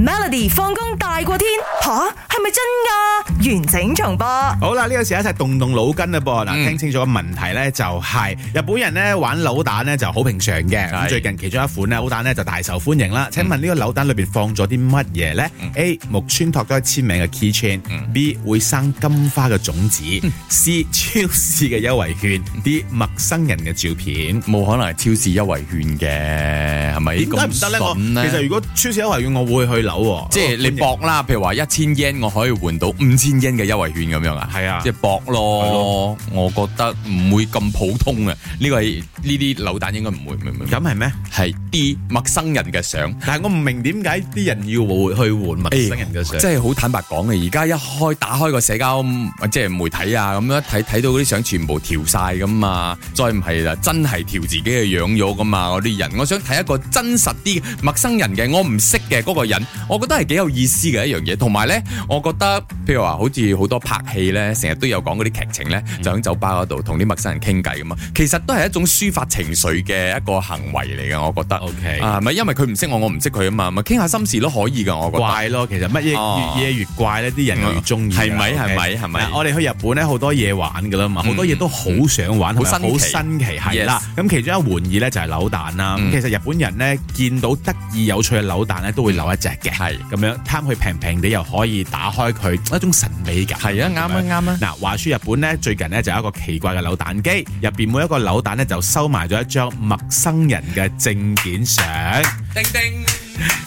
Melody 放工大過天吓，係咪真㗎？完整重播。好啦，呢、個時候一齊動動腦筋啦噃，嗯嗱、聽清楚問題咧就係、日本人咧玩扭蛋咧就好平常嘅，咁係嗯最近其中一款咧扭蛋咧就大受歡迎啦。請問呢個扭蛋裏邊放咗啲乜嘢咧？A. 木村拓哉簽名嘅嗯 keychain，B. 會生金花嘅種子，C. 超市嘅優惠券，D. 嗯陌生人嘅照片。冇可能係超市優惠券嘅，係咪？點解唔得咧？我其實如果果超市優惠券，我會去扭喎。即係你博搏啦，譬如話一千 yen 我可以換到五千 yen 嘅優惠券咁樣啊，係啊即係搏係咯。我覺得唔會咁普通啊，呢個係呢啲扭蛋應該唔會，明唔明？咁係咩？係啲陌生人嘅相。但係我唔明點解啲人要會去換陌生人嘅相。哎即係好坦白講嘅，而家一開打開個社交嗯即係媒體啊，咁樣一睇睇到嗰啲相全部調晒噶嘛，再唔係啦，真係調自己嘅樣咗噶嘛，嗰啲人，我想睇一個真實啲嘅陌生人嘅，我唔識嘅嗰個人，我覺得係幾有意思嘅一樣嘢。同埋咧，我覺得譬如話，好似好多拍戲咧，成日都有講嗰啲劇情咧，嗯就喺酒吧嗰度同啲陌生人傾偈咁嘛，啊其實都係一種抒發情緒嘅一個行為嚟嘅，我覺得。 OK 啊，咪因為佢唔識我，我唔識佢啊嘛，咪傾下心事都可以噶，我覺得。怪咯，其實乜哦嘢越嘢越怪咧，啲人就越中意啦。係咪 OK？係咪係咪嗯嗱我哋去日本咧，好多嘢玩噶啦嘛，好多嘢都好想玩，同埋好新好奇新奇係啦。咁其中一玩意咧就係扭蛋啦。咁嗯其實日本人咧見到得意有趣嘅扭蛋咧，都會扭一隻嘅。係咁樣貪佢平平地又可以打開佢，一種神秘感。係啊，啱啊，啱啊。嗱，話說日本咧最近咧就有一個奇怪嘅扭蛋機，入邊每一個扭蛋咧就收埋咗一張陌生人嘅證件相。叮叮，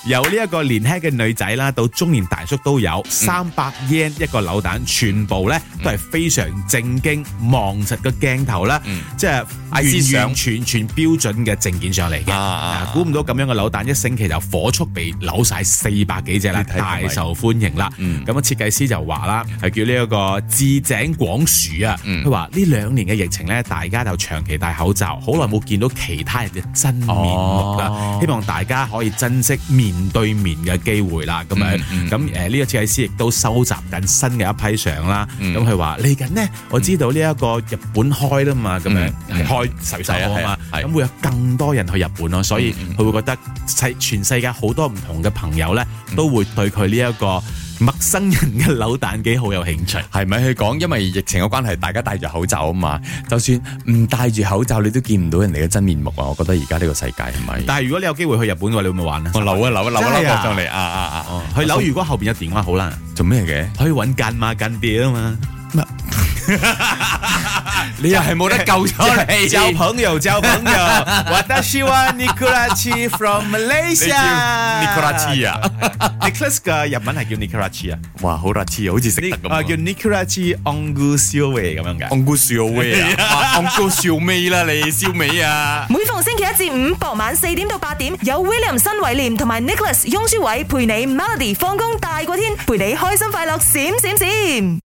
由呢一個年輕嘅女仔啦，到中年大叔都有嗯三百 yen 一個扭蛋，全部咧都係非常正經望實個鏡頭啦，嗯即係思完想完全全標準嘅證件上嚟嘅。啊啊啊嗱估唔到咁樣嘅扭蛋一星期就火速被扭晒四百幾隻啦，你睇係大咪受歡迎啦。嗯咁啊，設計師就話啦，係叫呢一個置井廣樹啊。嗯佢話呢兩年嘅疫情咧，大家就長期戴口罩，好耐冇見到其他人嘅真面目啦。哦希望大家可以珍惜面對面嘅機會啦。咁樣嗯嗯咁誒呢個設計師亦都收集緊新嘅一批相啦。嗯咁佢話嚟緊呢，我知道呢一個日本開啦嘛，咁樣嗯嗯開十月十號啊嘛係啊，係啊嗯係咁會有更多人去日本咯，所以佢會覺得世全世界好多唔同嘅朋友咧，都會對佢呢一個陌生人嘅扭蛋機好有興趣。係咪佢講？因為疫情嘅關係，大家戴住口罩啊嘛。就算唔戴住口罩，你都見唔到人哋嘅真面目啊！我覺得而家呢個世界係 咪？但係如果你有機會去日本嘅話，你會唔會玩咧？我扭一扭一扭一扭真係啊上嚟啊啊啊！去扭，如果後邊有電話好啦，做咩嘅？可以揾間馬間諜啊嘛。你又係冇得救咗 你，啊交朋友，交朋 友。私は Nicolachi from 你叫 Malaysia。 Nicolachi 啊？ Nicholas 嘅日文係叫 Nicolachi 啊，哇，好辣黐，好似食得呢咁啊啊。叫 Nicolachi Ongu Silway 咁樣㗎。昂姑笑尾 啊！昂姑笑尾啦，你笑尾啊！每逢星期一至五傍晚四點到八點，有 William 新偉廉同埋 Nicholas 雍舒偉陪你 Melody 放工大過天，陪你開心快樂閃閃閃。